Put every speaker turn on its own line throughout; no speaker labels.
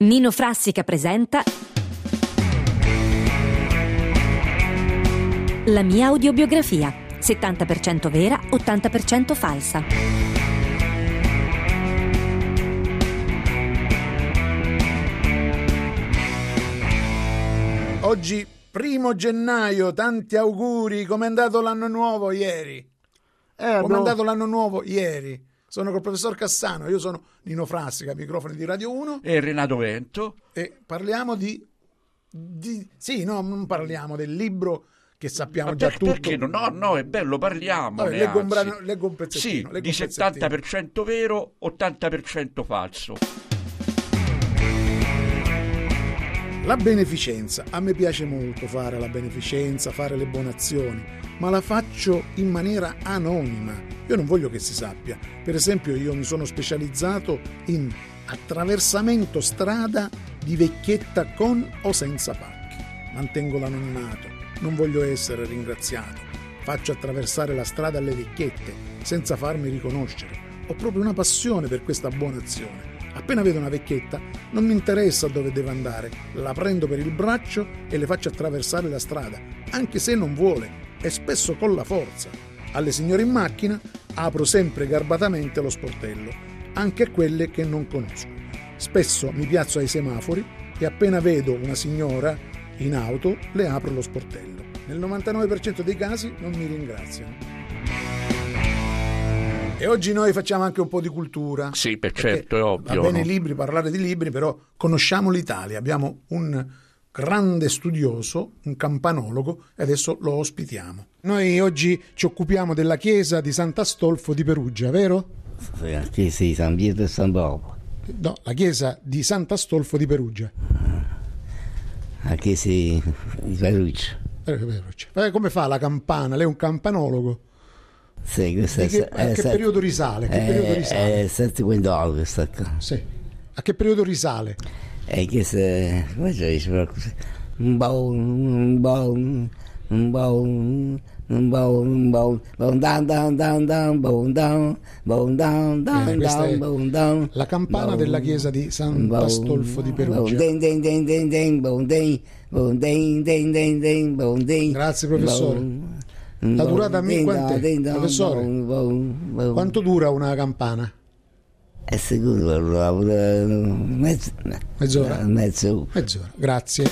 Nino Frassica presenta La mia audiobiografia, 70% vera, 80% falsa.
Oggi, primo gennaio, tanti auguri. Com'è andato l'anno nuovo ieri?
Eh,
Com'è
abbiamo-
andato l'anno nuovo ieri? Sono col professor Cassano, io sono Nino Frassica, microfono di Radio 1
e Renato Vento.
e parliamo di... di- sì, no, non parliamo del libro che sappiamo
Ma
già
per-
tutto.
perché no? No, no, è bello, parliamo.
Vabbè, leggo, un brano- leggo un pezzettino.
Sì,
leggo un
di 70%
pezzettino.
vero, 80% falso.
La beneficenza. A me piace molto fare la beneficenza, fare le buone azioni, ma la faccio in maniera anonima. Io non voglio che si sappia. Per esempio, io mi sono specializzato in attraversamento strada di vecchietta con o senza pacchi. Mantengo l'anonimato, non voglio essere ringraziato. Faccio attraversare la strada alle vecchiette senza farmi riconoscere. Ho proprio una passione per questa buona azione. Appena vedo una vecchietta, non mi interessa dove deve andare, la prendo per il braccio e le faccio attraversare la strada, anche se non vuole, e spesso con la forza. Alle signore in macchina apro sempre garbatamente lo sportello, anche a quelle che non conosco. Spesso mi piazzo ai semafori e appena vedo una signora in auto le apro lo sportello. Nel 99% dei casi non mi ringraziano. E oggi noi facciamo anche un po' di cultura.
Sì, per
Perché
certo, è ovvio.
Va bene
no?
i libri, parlare di libri, però conosciamo l'Italia. Abbiamo un grande studioso, un campanologo, e adesso lo ospitiamo. Noi oggi ci occupiamo della chiesa di Sant'Astolfo di Perugia, vero?
La chiesa di Eh, San Pietro e San Paolo,
No, la chiesa di Sant'Astolfo di Perugia.
la chiesa di di Perugia.
Eh, Perugia. Eh, come fa la campana? Lei è un campanologo.
Sì, questa
Di che-
è- eh,
a che
è-
periodo risale? Che
è-
periodo risale?
È 750 questa qua.
Sì. A che periodo risale?
E chiesa, Eh, come si dice? però così? Un po', un po', un po', un po', un po', un po', un down, down, down, down, down, down, down, down,
Eh,
down,
questa è
Ah, down, down, down.
La campana
Boom.
della chiesa di Sant'Astolfo di Perugia. Grazie,
Grazie
professore.
La
durata a me quant'è, professore? Quanto dura una campana?
È sicuro, allora, pure mezz-
Mezz'ora?
eh, Mezz'ora.
Mezz'ora, grazie.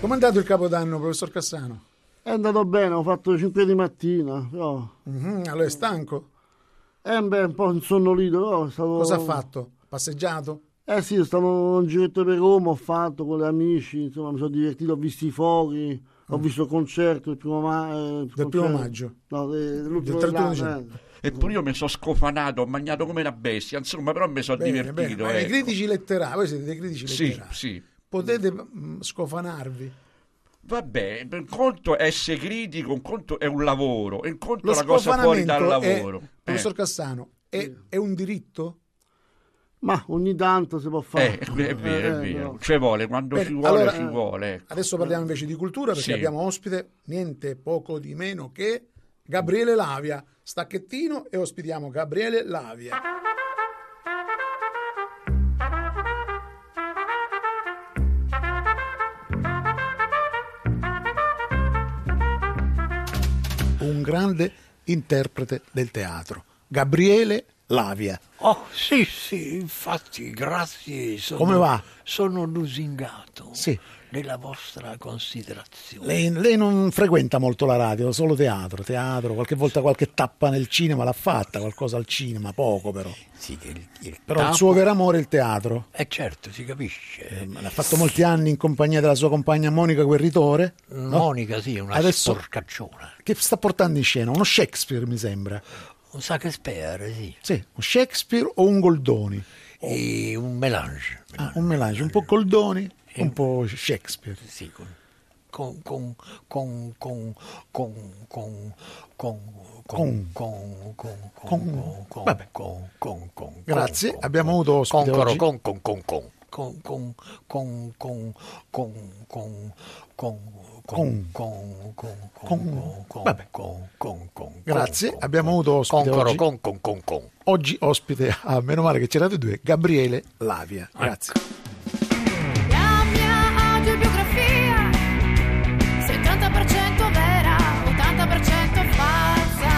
Come è andato il capodanno, professor Cassano?
È andato bene, ho fatto 5 di mattina, però
Mhm, allora è stanco?
è un, bel po' insonnolito, però stavo...
Cosa ha
Oh.
fatto? Passeggiato?
Eh sì, stavo un giretto per Roma, ho fatto con gli amici, insomma mi sono divertito, ho visto i fuochi, ho visto il concerto il primo ma- eh, il
Mm. Del primo
concerto-
maggio?
No, de- dell'ultimo
Del 31
dell'anno, eh.
Eppure io mi sono scofanato, ho mangiato come una bestia, insomma, però mi sono
Bene, bene.
divertito.
Ma i
ecco.
critici letterari, voi siete dei critici
Sì,
letterari.
sì.
Potete mm, scofanarvi.
Vabbè, un conto è essere critico, un conto è un lavoro, e un conto
Lo
è una cosa fuori dal
scofanamento è,
lavoro.
professor
Eh,
Cassano, è, è un diritto?
Ma ogni tanto si può
eh,
fare.
è vero, è
Eh,
vero.
no.
Ci vuole, quando
Bene,
ci vuole,
allora-
ci vuole. ecco.
Adesso parliamo invece di cultura perché
Sì.
abbiamo ospite niente poco di meno che Gabriele Lavia, stacchettino e ospitiamo Gabriele Lavia. Un grande interprete del teatro, Gabriele Lavia.
Oh sì, sì, infatti, grazie. Sono,
Come va?
Sono lusingato
Sì.
della vostra considerazione.
Lei, lei non frequenta molto la radio, solo teatro, teatro, qualche volta qualche tappa nel cinema l'ha fatta, qualcosa al cinema, poco però.
Sì, che il, il
Però il
tappo-
suo vero amore è il teatro. Eh,
Eh certo, si capisce.
L'ha fatto molti anni in compagnia della sua compagna Monica Guerritore, no?
Monica sì, è una
Adesso-
sporcacciona.
che sta portando in scena uno Shakespeare, mi sembra.
Un Shakespeare, sì.
Sì, un Shakespeare o un Goldoni.
E un melange.
Ah, Oh. Eh. un melange, un po' Goldoni, un po' Shakespeare.
Sì, con... Con, con, con, con, con, con, con, con, con, con, con,
Con.
con,
Vabbè.
con, con, con,
Grazie,
con,
abbiamo
con,
avuto ospite
con,
oggi.
con, con, con, con. con con con con con con con
Con.
con con con
Con.
con con
Vabbè.
con con con
Grazie,
con,
abbiamo
con,
avuto ospite
con,
oggi.
con con con con
Oggi ospite, ah, meno male che c'erate due, Gabriele Lavia. Grazie.
La mia autobiografia 70% vera, 80% falsa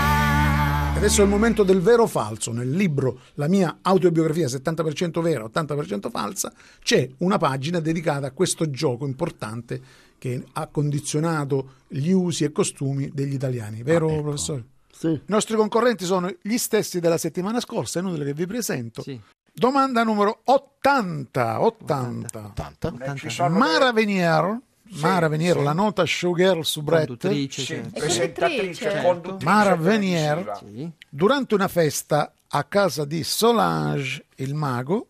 Adesso è il momento del vero o falso. Nel libro La mia autobiografia 70% vera, 80% falsa, c'è una pagina dedicata a questo gioco importante che ha condizionato gli usi e costumi degli
Ah,
italiani. Vero,
ecco.
professore?
Sì.
I nostri concorrenti sono gli stessi della settimana scorsa, è inutile che vi presento.
Sì.
Domanda numero 80. 80.
80.
eh,
Ci sono
Mara Veniero, Mara Veniero, la nota showgirl soubrette,
Conduttrice,
sì,
certo.
presentatrice,
Certo.
conduttrice
Mara
televisiva.
Venier.
Sì.
durante una festa a casa di Solange il mago,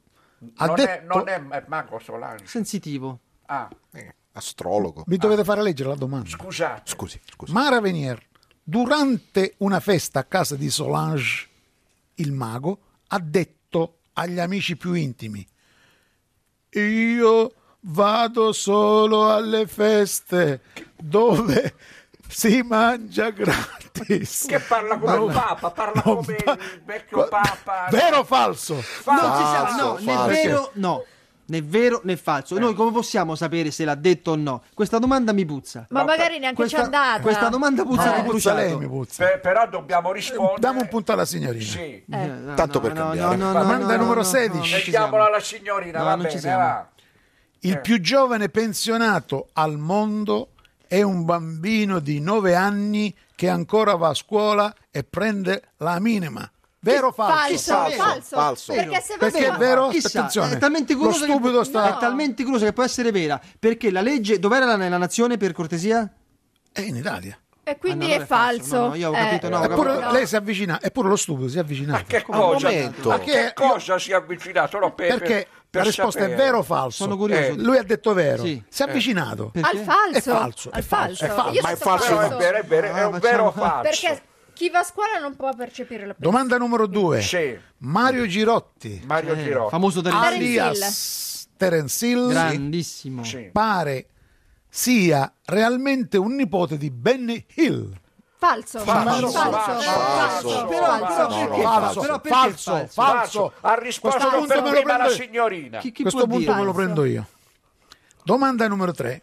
ha
non, è,
detto...
non è è Mago Solange
Sensitivo.
ah,
Eh, astrologo.
Mi dovete fare leggere la domanda.
scusate
Scusi, scusi.
Mara Venier, durante una festa a casa di Solange il mago, ha detto agli amici più intimi, io vado solo alle feste dove si mangia gratis.
che parla come
Non-
il Papa parla
non
come
fa-
il vecchio Papa
Vero o falso?
non si
Falso.
sa, no,
Falso,
né
falso.
vero, no. Né vero né falso. Noi come possiamo sapere se l'ha detto o no? Questa domanda mi puzza.
Ma magari neanche
Questa,
c'è andata.
questa domanda puzza di
Mi puzza
bruciato.
lei, mi Ah, puzza.
Per- però dobbiamo rispondere
Dammi un punto alla signorina.
sì
Eh, no,
Tanto
no,
per
no,
cambiare.
No, no, no,
Domanda
no,
numero
no,
16.
no, no, ci
leggiamola
siamo.
alla signorina
No,
va
non ci
bene
siamo.
va. certo.
Il più giovane pensionato al mondo è un bambino di 9 anni che ancora va a scuola e prende la minima. Vero o
Falso,
falso?
falso,
Falso, falso.
Perché se va
Perché è
bene-
vero?
Chissà,
Attenzione.
è talmente
Lo
curioso
stupido
che,
sta-
è talmente curioso che può essere vera perché la legge dov'era la, nella nazione per cortesia?
È in Italia.
E quindi
Ah, no, allora
è falso. Eh,
No, no, io ho capito, no, ho
eppure
capito.
lei si avvicina, eppure lo stupido si è avvicinato.
che
un
cosa
momento.
a che
Perché-
cosa si è avvicinato no, per,
Perché
per
la risposta
sapere.
è vero o falso?
Sono curioso.
Eh,
Lui ha detto vero.
Sì. Eh.
Si è avvicinato.
Per-
Al
Perché?
falso.
È falso, è
Al
falso, è falso.
Io
Ma è
so
falso,
però è vero è vero è un
Ah,
vero o
facciamo-
falso
Perché chi va a scuola non può percepire la pressione.
Domanda numero 2.
Sì.
Mario Girotti,
Mario
Eh,
Girotti
famoso del
Terence Hill.
alias Terence Hill,
grandissimo.
sì.
pare sia realmente un nipote di Benny Hill.
Falso.
Falso,
Falso.
falso, falso.
Però,
No, no,
però perché
no,
falso?
falso,
Però perché
falso,
falso?
falso.
ha
Questo
risposto
punto
per
me lo
prima la
prendo-
signorina
Chi,
A
chi
questo
può
punto
dire?
me lo prendo io. Domanda numero 3.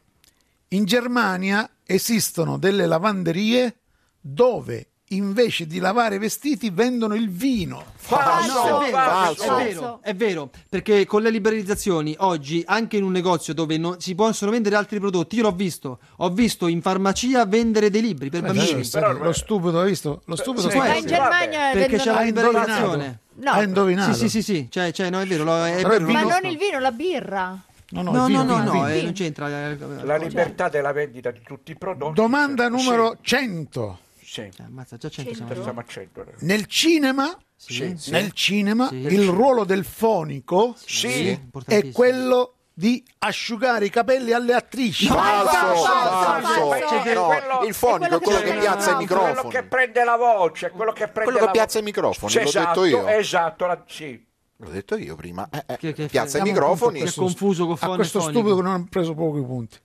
In Germania esistono delle lavanderie dove invece di lavare i vestiti vendono il vino.
falso,
No, è vero,
falso.
È, vero, è vero, perché con le liberalizzazioni oggi anche in un negozio dove non- si possono vendere altri prodotti, io l'ho visto, ho visto in farmacia vendere dei libri
Eh,
per bambini.
però-
lo stupido, hai visto? Lo stupido
sì,
sta-
Ma
Eh,
in
sì.
Germania
Perché c'è
vendono-
la
Ha Cioè, indovinato.
liberazione.
No.
Ha indovinato.
Sì, sì, sì, sì, cioè, cioè, no, è vero, lo- è
Però
vero,
il
l'ho
Ma
vino-
visto.
non il vino, la birra.
No, no,
No,
il
no,
vino,
no,
il
no,
vino.
eh, non c'entra eh,
la
cosa.
libertà della vendita di tutti i prodotti
Domanda numero 100.
sì, sì.
Ammazza, già c'entra.
siamo a 100 euro.
Nel cinema,
Sì,
nel cinema
Sì.
il ruolo del fonico
sì
è
importantissimo.
quello di asciugare i capelli alle attrici. Ah,
Falso,
Falso,
falso.
falso, falso.
No,
Quello-
il fonico è quello che
prende
piazza i
la-
microfoni.
quello che prende la voce quello che prende
Quello che
la
piazza
voce.
i microfoni,
Sì,
l'ho detto
esatto,
io.
esatto la- sì
L'ho detto io prima. Eh, eh,
Che- che-
piazza i
siamo
microfoni.
Che è confuso con
a
fono e
questo
fonico.
stupido che non ha preso pochi punti.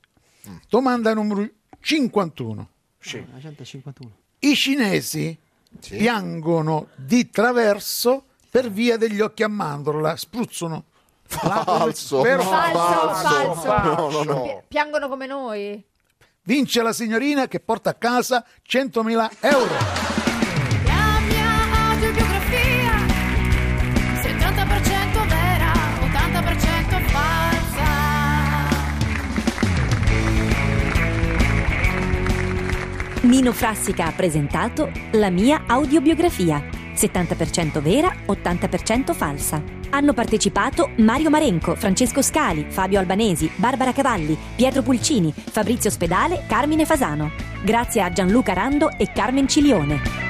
Domanda numero 51.
sì
La gente è 51.
I cinesi
Sì.
piangono di traverso per via degli occhi a mandorla, spruzzano.
Falso.
Vero o
Falso,
Falso.
falso.
No, no, no.
Pi- Piangono come noi.
Vince la signorina che porta a casa 100.000 euro.
La mia autobiografia 70% vera, 80% falsa
Mino Frassica ha presentato La mia audiobiografia, 70% vera, 80% falsa. Hanno partecipato Mario Marenco, Francesco Scali, Fabio Albanesi, Barbara Cavalli, Pietro Pulcini, Fabrizio Spedale, Carmine Fasano. Grazie a Gianluca Rando e Carmen Cilione.